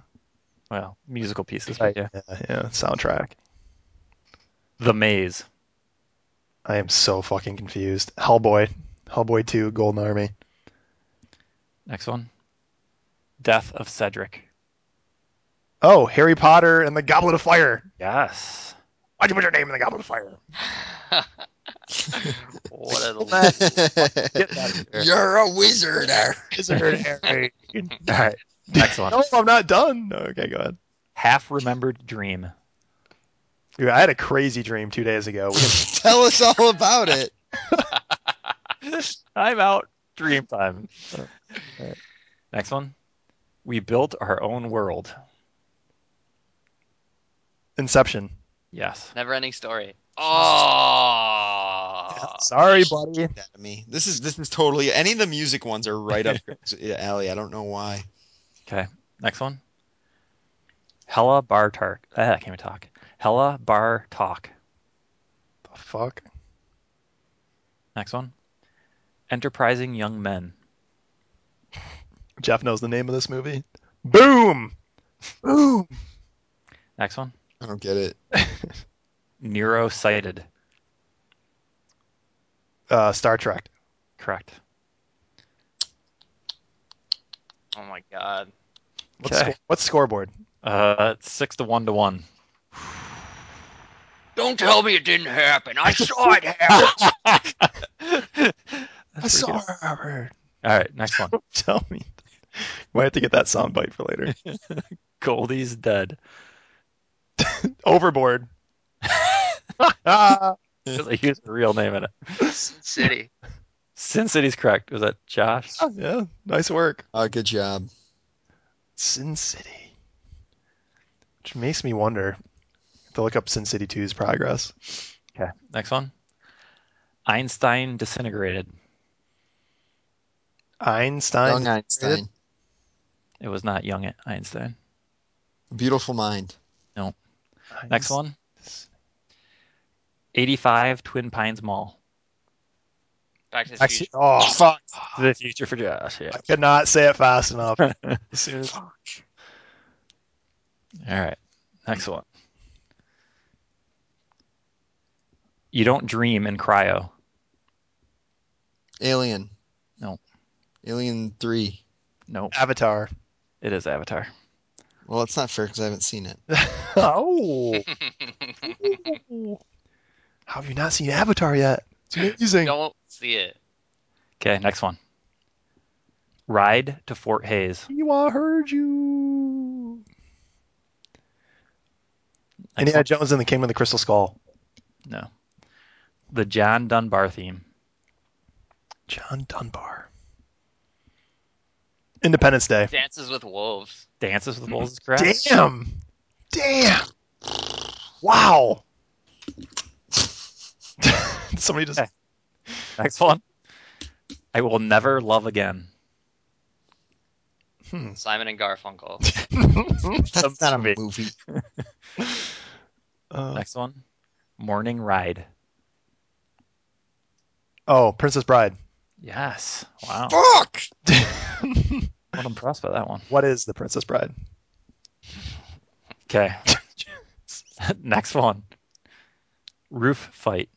Speaker 1: Well, musical pieces. but yeah.
Speaker 2: Yeah, yeah. Soundtrack.
Speaker 1: The maze.
Speaker 2: I am so fucking confused. Hellboy. Hellboy 2, Golden Army.
Speaker 1: Next one. Death of Cedric.
Speaker 2: Oh, Harry Potter and the Goblet of Fire.
Speaker 1: Yes.
Speaker 2: Why'd you put your name in the Goblet of Fire?
Speaker 4: what a
Speaker 3: You're a wizard. Eric.
Speaker 2: Wizard Harry.
Speaker 1: All right. Excellent.
Speaker 2: No, I'm not done. Okay, go ahead.
Speaker 1: Half remembered dream.
Speaker 2: Dude, I had a crazy dream two days ago. We can-
Speaker 5: Tell us all about it.
Speaker 1: I'm out. Dream time. Next one. We built our own world.
Speaker 2: Inception.
Speaker 1: Yes.
Speaker 4: Never ending story. Oh.
Speaker 2: Sorry, buddy.
Speaker 5: Yeah, me.
Speaker 3: This is this is totally any of the music ones are right up your alley. I don't know why.
Speaker 1: Okay. Next one. Hella bar talk. Ah, I can't even talk. Hella bar talk.
Speaker 2: The fuck?
Speaker 1: Next one. Enterprising young men.
Speaker 2: Jeff knows the name of this movie. Boom. Boom.
Speaker 1: Next one.
Speaker 5: I don't get it.
Speaker 1: Neurosighted.
Speaker 2: Uh, Star Trek.
Speaker 1: Correct.
Speaker 4: Oh my god.
Speaker 2: What's,
Speaker 1: Okay.
Speaker 2: sco- what's scoreboard?
Speaker 1: Uh, six to one to one.
Speaker 4: Don't tell me it didn't happen. I saw it happen.
Speaker 2: I saw her.
Speaker 1: All right, next one.
Speaker 2: Tell me. Might have to get that soundbite for later.
Speaker 1: Goldie's dead.
Speaker 2: Overboard. Ah,
Speaker 1: Because I used the real name in it.
Speaker 4: City.
Speaker 1: Sin City's correct. Was that Josh?
Speaker 2: yeah, nice work.
Speaker 5: Oh, good job.
Speaker 2: Sin City. Which makes me wonder to look up Sin City 2's progress.
Speaker 1: Okay, next one. Einstein disintegrated.
Speaker 2: Einstein.
Speaker 5: Young Einstein.
Speaker 1: It was not young Einstein.
Speaker 5: Beautiful mind.
Speaker 1: Next one. 85 Twin Pines Mall.
Speaker 4: Back to the
Speaker 2: Actually,
Speaker 4: future.
Speaker 2: oh,
Speaker 5: Fuck.
Speaker 1: To the future for Josh. Yeah.
Speaker 2: I could not say it fast enough. As soon as-
Speaker 1: All right. Next one. You don't dream in cryo.
Speaker 5: Alien.
Speaker 1: No.
Speaker 5: Alien 3.
Speaker 1: Nope.
Speaker 2: Avatar.
Speaker 1: It is Avatar.
Speaker 5: Well, it's not fair because I haven't seen it.
Speaker 2: oh. How have you not seen Avatar yet? It's amazing.
Speaker 4: Don't see it.
Speaker 1: Okay, next one. Ride to Fort Hayes.
Speaker 2: You all heard you.
Speaker 1: Next
Speaker 2: Indiana
Speaker 1: one.
Speaker 2: Jones and the Kingdom of the Crystal Skull.
Speaker 1: No. The John Dunbar theme.
Speaker 2: John Dunbar. Independence Day.
Speaker 4: Dances with wolves.
Speaker 1: Dances with Wolves is correct.
Speaker 2: Damn. Damn. Wow. Somebody just.
Speaker 1: Next one. I will never love again.
Speaker 2: Hmm.
Speaker 4: Simon and Garfunkel.
Speaker 5: That's not a
Speaker 1: movie.
Speaker 5: movie.
Speaker 2: Uh,
Speaker 1: Next one. Morning Ride.
Speaker 2: oh, Princess Bride.
Speaker 1: Yes. Wow.
Speaker 5: Fuck.
Speaker 1: I'm impressed by that one.
Speaker 2: What is the Princess Bride?
Speaker 1: Okay. Next one. Roof fight.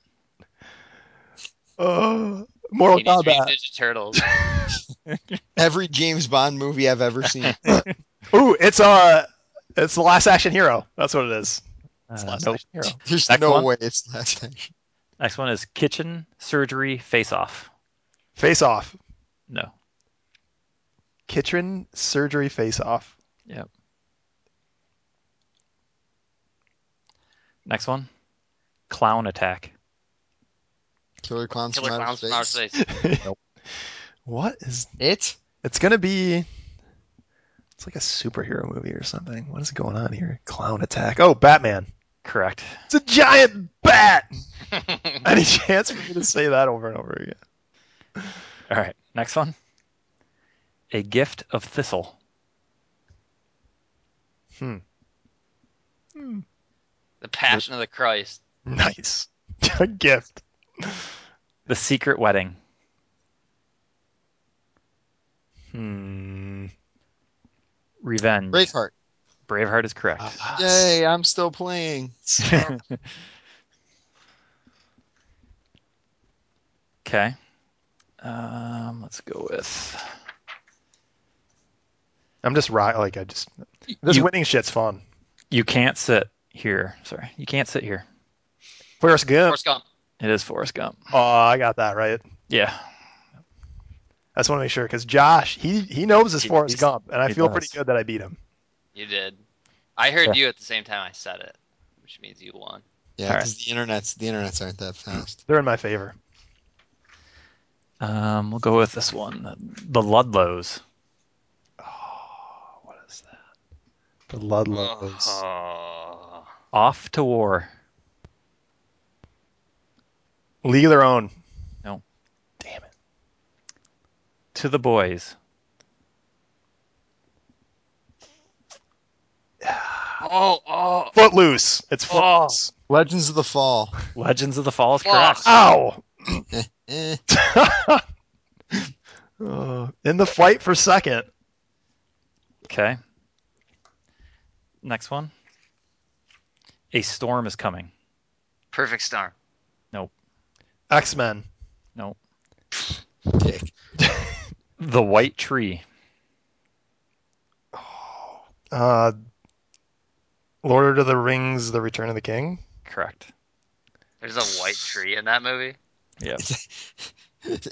Speaker 2: Uh, Mortal
Speaker 4: Teenage Mutant
Speaker 2: Kombat.
Speaker 4: Ninja Turtles.
Speaker 5: Every James Bond movie I've ever seen.
Speaker 2: Ooh, it's uh, it's the Last Action Hero. That's what it is.
Speaker 1: Uh,
Speaker 2: Last
Speaker 1: nope.
Speaker 2: Action Hero.
Speaker 5: There's
Speaker 1: Next
Speaker 5: no
Speaker 1: one.
Speaker 5: way it's last action.
Speaker 1: Next one is kitchen surgery face off.
Speaker 2: Face Off.
Speaker 1: No.
Speaker 2: Kitchen Surgery Face Off.
Speaker 1: Yep. Next one. Clown attack.
Speaker 5: Killer Clowns
Speaker 4: Killer
Speaker 5: from Outer
Speaker 4: clowns
Speaker 5: Space.
Speaker 4: from outer space.
Speaker 2: What is?
Speaker 5: It?
Speaker 2: It's gonna be. It's like a superhero movie or something. What is going on here? Clown Attack. Oh, Batman.
Speaker 1: Correct.
Speaker 2: It's a giant bat. Any chance for me to say that over and over again?
Speaker 1: All right. Next one. A gift of thistle.
Speaker 4: The Passion of the Christ.
Speaker 2: Nice. a gift.
Speaker 1: The secret wedding.
Speaker 2: Hmm.
Speaker 1: Revenge.
Speaker 5: Braveheart.
Speaker 1: Braveheart is correct.
Speaker 5: Yay, I'm still playing.
Speaker 1: Okay. Um, let's go with.
Speaker 2: I'm just right. Like I just. This
Speaker 1: you,
Speaker 2: winning shit's fun.
Speaker 1: you can't sit here. Sorry. You can't sit here.
Speaker 2: Forrest Gump.
Speaker 4: Forrest Gump.
Speaker 1: It is Forrest Gump.
Speaker 2: Oh, I got that right.
Speaker 1: Yeah.
Speaker 2: I just want to make sure because Josh, he he knows his
Speaker 1: He-
Speaker 2: Forrest
Speaker 1: he's-
Speaker 2: Gump, and I
Speaker 1: he
Speaker 2: feel
Speaker 1: does.
Speaker 2: pretty good that I beat him.
Speaker 4: You did. I heard
Speaker 1: Yeah.
Speaker 4: you at the same time I said it, which means you won.
Speaker 3: Yeah,
Speaker 1: Alright.
Speaker 3: because the internet's the internet's aren't that fast.
Speaker 2: They're in my favor.
Speaker 1: Um, we'll go with this one. The Ludlows.
Speaker 2: What is that? The Ludlows.
Speaker 4: Uh-huh. Oh.
Speaker 1: Off to war.
Speaker 2: League of Their Own.
Speaker 1: No.
Speaker 2: Damn it.
Speaker 1: To the boys.
Speaker 4: Oh, oh.
Speaker 2: Footloose. It's
Speaker 4: Oh.
Speaker 2: Footloose.
Speaker 3: Legends of the Fall.
Speaker 1: Legends of the Falls.
Speaker 4: Fuck.
Speaker 1: Correct.
Speaker 2: Ow!
Speaker 3: Eh.
Speaker 2: Uh, in the fight for second.
Speaker 1: Okay. Next one. A storm is coming.
Speaker 4: Perfect storm.
Speaker 2: X Men.
Speaker 3: Dick.
Speaker 1: The White Tree.
Speaker 2: Uh, Lord of the Rings: The Return of the King.
Speaker 1: Correct.
Speaker 4: There's a white tree in that movie.
Speaker 1: Yes.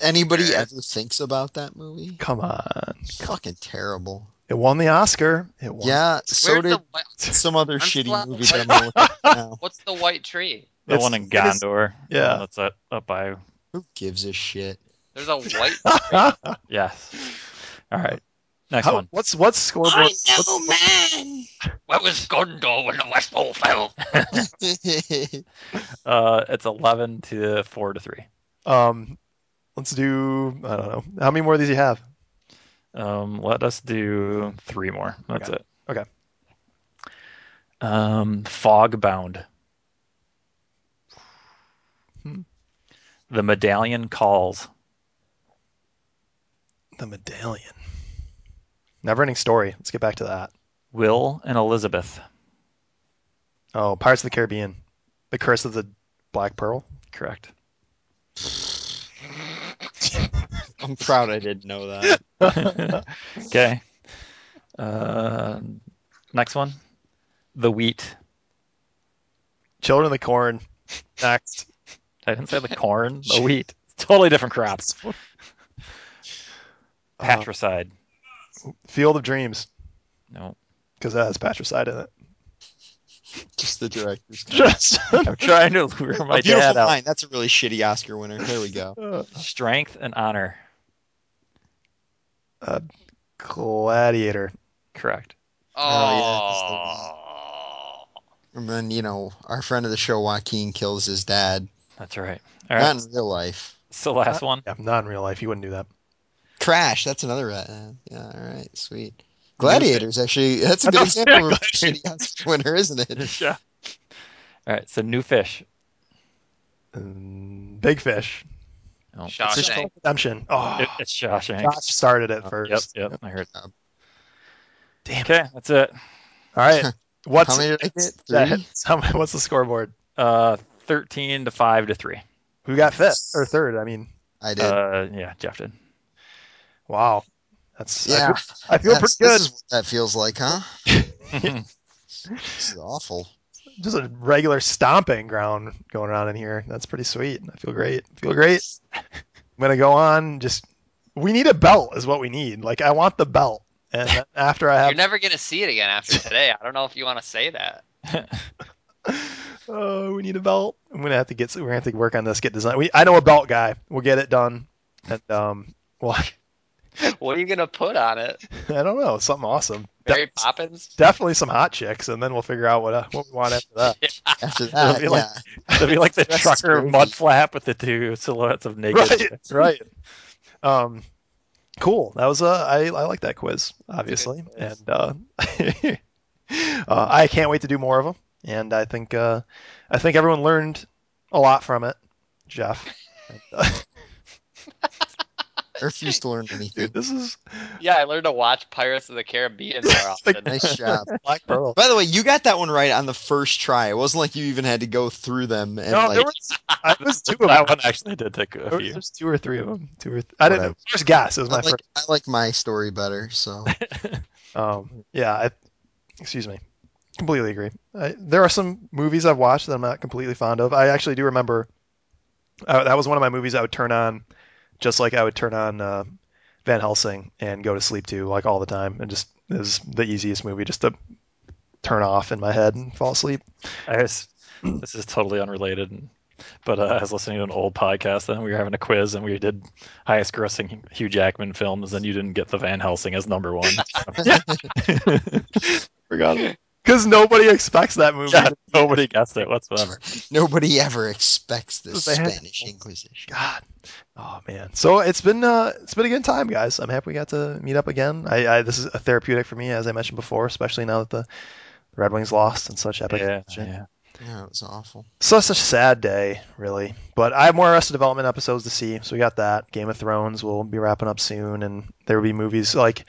Speaker 3: Anybody
Speaker 4: Yeah.
Speaker 3: ever thinks about that movie?
Speaker 2: Come on.
Speaker 3: Fucking terrible.
Speaker 2: It won the Oscar. It won.
Speaker 3: Yeah, so
Speaker 4: Where's
Speaker 3: did
Speaker 4: the whi-
Speaker 3: some other
Speaker 4: I'm
Speaker 3: shitty
Speaker 4: still-
Speaker 3: movie that I'm gonna look at now.
Speaker 4: what's the white tree?
Speaker 1: The
Speaker 2: It's-
Speaker 1: one in
Speaker 2: it is-
Speaker 1: Gondor. The
Speaker 2: yeah.
Speaker 1: one That's up, up by.
Speaker 3: Who gives a shit?
Speaker 4: There's a white
Speaker 1: Yes. All right. Next
Speaker 2: How,
Speaker 1: one.
Speaker 2: what's what's scoreboard? what's-
Speaker 3: man.
Speaker 4: Where was Gondor when the Westfall fell?
Speaker 1: Uh, it's 11 to 4 to 3.
Speaker 2: um, let's do. I don't know. How many more of these you have?
Speaker 1: Um, let us do three more. That's
Speaker 2: Okay.
Speaker 1: it.
Speaker 2: Okay.
Speaker 1: Um, fog bound.
Speaker 2: Hmm.
Speaker 1: The medallion calls.
Speaker 2: The Medallion. Neverending Story. Let's get back to that.
Speaker 1: Will and Elizabeth.
Speaker 2: Oh, Pirates of the Caribbean. The Curse of the Black Pearl.
Speaker 1: Correct.
Speaker 3: I'm proud I didn't know that.
Speaker 1: okay. Uh, next one. The wheat.
Speaker 2: Children of the Corn. Next.
Speaker 1: I didn't say the corn. The wheat. Totally different crops.
Speaker 2: Uh,
Speaker 1: Patricide.
Speaker 2: Field of Dreams.
Speaker 1: No.
Speaker 2: Because that has patricide in it.
Speaker 3: Just the director's cut.
Speaker 2: Just.
Speaker 1: I'm trying to lure my
Speaker 3: a beautiful
Speaker 1: dad out.
Speaker 3: mind. That's a really shitty Oscar winner. There we go.
Speaker 1: Strength and honor.
Speaker 2: Gladiator.
Speaker 1: Correct.
Speaker 4: Oh.
Speaker 3: And then you know our friend of the show Joaquin kills his dad.
Speaker 1: That's right. All right.
Speaker 3: Not in real life.
Speaker 1: So
Speaker 2: Uh,
Speaker 1: last one.
Speaker 2: Yeah, not in real life. You wouldn't do that.
Speaker 3: Crash. That's another. Uh, yeah. All right. Sweet. Gladiators. Actually, that's a
Speaker 2: I
Speaker 3: good
Speaker 2: know,
Speaker 3: example of a
Speaker 2: Gladiator.
Speaker 3: shitty Oscar winner, isn't it?
Speaker 1: Yeah. All right. So new fish.
Speaker 2: Um, Big Fish.
Speaker 1: Oh,
Speaker 4: Shawshank.
Speaker 2: Redemption. Oh,
Speaker 1: It, it's Shawshank.
Speaker 2: Josh started
Speaker 3: Oh,
Speaker 2: it
Speaker 1: Yep.
Speaker 2: first.
Speaker 1: Yep. I heard.
Speaker 3: Um,
Speaker 1: Damn. Okay. That's it.
Speaker 2: All right. What's
Speaker 3: How many did I get?
Speaker 2: that-
Speaker 3: Three?
Speaker 2: how many- what's the scoreboard?
Speaker 1: Uh, thirteen to five to three.
Speaker 2: Who got fifth or third? I mean,
Speaker 3: I did.
Speaker 1: Uh, yeah. Jeff did.
Speaker 2: wow. That's I
Speaker 3: yeah.
Speaker 2: feel- I feel,
Speaker 3: That's-
Speaker 2: pretty good.
Speaker 3: This is what that feels like, huh? This is awful.
Speaker 2: Just a regular stomping ground going on in here. That's pretty sweet. I feel great. I feel great. I'm gonna go on. Just we need a belt is what we need. Like I want the belt. And then after I
Speaker 4: You're
Speaker 2: have,
Speaker 4: never gonna see it again after today. I don't know if you want to say that.
Speaker 2: oh, we need a belt. I'm gonna have to get. We're gonna have to work on this. Get design. We, I know a belt guy. We'll get it done. And um, well,
Speaker 4: What are you gonna put on it?
Speaker 2: I don't know. Something awesome.
Speaker 4: Mary
Speaker 2: Def-
Speaker 4: Poppins?
Speaker 2: definitely some hot chicks, and then we'll figure out what uh, what we want after that.
Speaker 3: After that,
Speaker 1: be
Speaker 3: yeah.
Speaker 1: like- It'll be like the
Speaker 3: That's
Speaker 1: trucker
Speaker 3: groovy.
Speaker 1: mud flap with the two silhouettes of naked.
Speaker 2: right, right. Um, cool. That was uh, I I like that quiz, obviously,
Speaker 1: quiz.
Speaker 2: and uh, uh, I can't wait to do more of them. And I think uh, I think everyone learned a lot from it, Jeff. And, uh,
Speaker 3: I refuse to learn anything.
Speaker 2: dude, this is
Speaker 4: Yeah, I learned to watch Pirates of the Caribbean more often.
Speaker 3: Nice job.
Speaker 2: Black Pearl.
Speaker 3: By the way, you got that one right on the first try. It wasn't like you even had to go through them. And
Speaker 2: No,
Speaker 3: like,
Speaker 2: there was I was two of them.
Speaker 1: That one actually did take a
Speaker 2: There
Speaker 1: few.
Speaker 2: was two or three of them. Two or th- I didn't know.
Speaker 3: Whatever.
Speaker 2: First guess. It was
Speaker 3: I
Speaker 2: my
Speaker 3: like, I like my story better. So
Speaker 2: Um, yeah, I, excuse me. Completely agree. I, there are some movies I've watched that I'm not completely fond of. I actually do remember uh, that was one of my movies I would turn on, just like I would turn on uh, Van Helsing and go to sleep to like all the time, and just is the easiest movie just to turn off in my head and fall asleep.
Speaker 1: I was, this is totally unrelated, but uh, I was listening to an old podcast and we were having a quiz and we did highest grossing Hugh Jackman films and you didn't get the Van Helsing as number one.
Speaker 2: Forgot because nobody expects that movie.
Speaker 1: Yeah, nobody guessed it whatsoever.
Speaker 5: Nobody ever expects the
Speaker 2: They had-
Speaker 5: Spanish Inquisition.
Speaker 2: God. Oh man. So it's been uh, it's been a good time, guys. I'm happy we got to meet up again. I, I this is a therapeutic for me, as I mentioned before, especially now that the Red Wings lost and such epic.
Speaker 1: Yeah,
Speaker 2: fashion.
Speaker 1: yeah.
Speaker 5: Yeah, it was awful.
Speaker 2: So it's such a sad day, really. But I have more Arrested Development episodes to see, so we got that. Game of Thrones will be wrapping up soon, and there will be movies like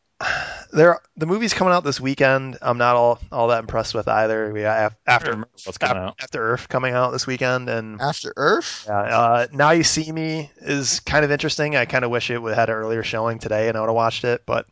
Speaker 2: there. The movies coming out this weekend, I'm not all all that impressed with either. We got Af-
Speaker 1: I don't
Speaker 2: after
Speaker 1: remember what's coming out.
Speaker 2: After Earth coming out this weekend, and
Speaker 5: After Earth?
Speaker 2: yeah, uh, Now You See Me is kind of interesting. I kind of wish it would had an earlier showing today, and I would have watched it. But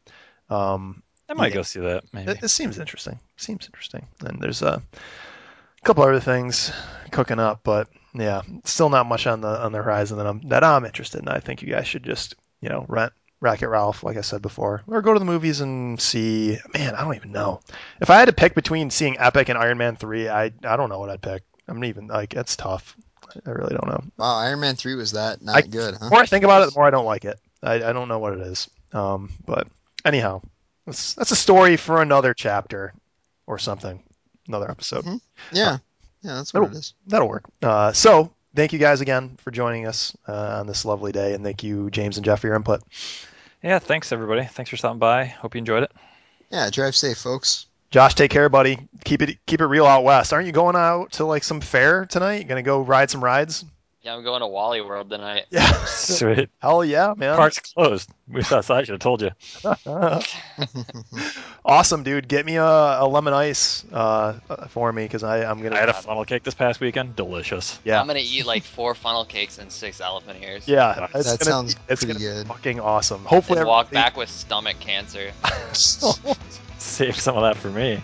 Speaker 2: um,
Speaker 1: I might go see that. Maybe.
Speaker 2: it, it seems interesting. Seems interesting. And there's uh, a couple other things cooking up, but yeah, still not much on the on the horizon that I'm that I'm interested in. I think you guys should just you know rent Racket Ralph, like I said before, or go to the movies and see. Man, I don't even know. If I had to pick between seeing Epic and Iron Man three, I I don't know what I'd pick. I'm not even like it's tough. I really don't know.
Speaker 5: Wow, Iron Man 3 was that not
Speaker 2: I-
Speaker 5: good, huh?
Speaker 2: The more I think about it, the more I don't like it. I, I don't know what it is. Um, but anyhow, that's, that's a story for another chapter or something, another episode.
Speaker 5: Mhm. Yeah. Yeah, that's
Speaker 2: Oh.
Speaker 5: what it is.
Speaker 1: Mm-hmm.
Speaker 2: That'll work. Uh, so thank you guys again for joining us uh, on this lovely day, and thank you, James and Jeff, for your input.
Speaker 1: Yeah, thanks everybody. Thanks for stopping by. Hope you enjoyed it.
Speaker 5: Yeah, drive safe, folks.
Speaker 2: Josh, take care, buddy. Keep it keep it real out west. Aren't you going out to like some fair tonight? Gonna go ride some rides?
Speaker 4: Yeah, I'm going to Wally World tonight.
Speaker 2: Yeah.
Speaker 1: Sweet.
Speaker 2: Hell yeah, man.
Speaker 1: Park's closed. We thought I should have told you.
Speaker 2: awesome, dude. Get me a, a lemon ice uh, for me because I'm gonna.
Speaker 1: I had a funnel cake this past weekend. Delicious.
Speaker 2: yeah.
Speaker 4: I'm gonna eat like four funnel cakes and six elephant ears.
Speaker 2: Yeah, it's
Speaker 5: That
Speaker 2: gonna
Speaker 5: sounds
Speaker 2: be, it's
Speaker 5: pretty
Speaker 2: gonna
Speaker 5: good.
Speaker 2: Be fucking awesome. Hopefully,
Speaker 4: And walk
Speaker 2: everybody-
Speaker 4: back with stomach cancer.
Speaker 2: Oh.
Speaker 1: Save some of that for me.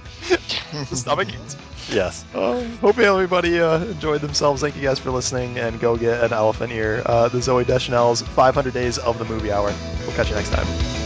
Speaker 2: Stomach. aches.
Speaker 1: Yes.
Speaker 2: Uh, hopefully, everybody uh, enjoyed themselves. Thank you guys for listening, and go get an elephant ear. Uh, the Zoe Deschanel's 500 Days of the Movie Hour. We'll catch you next time.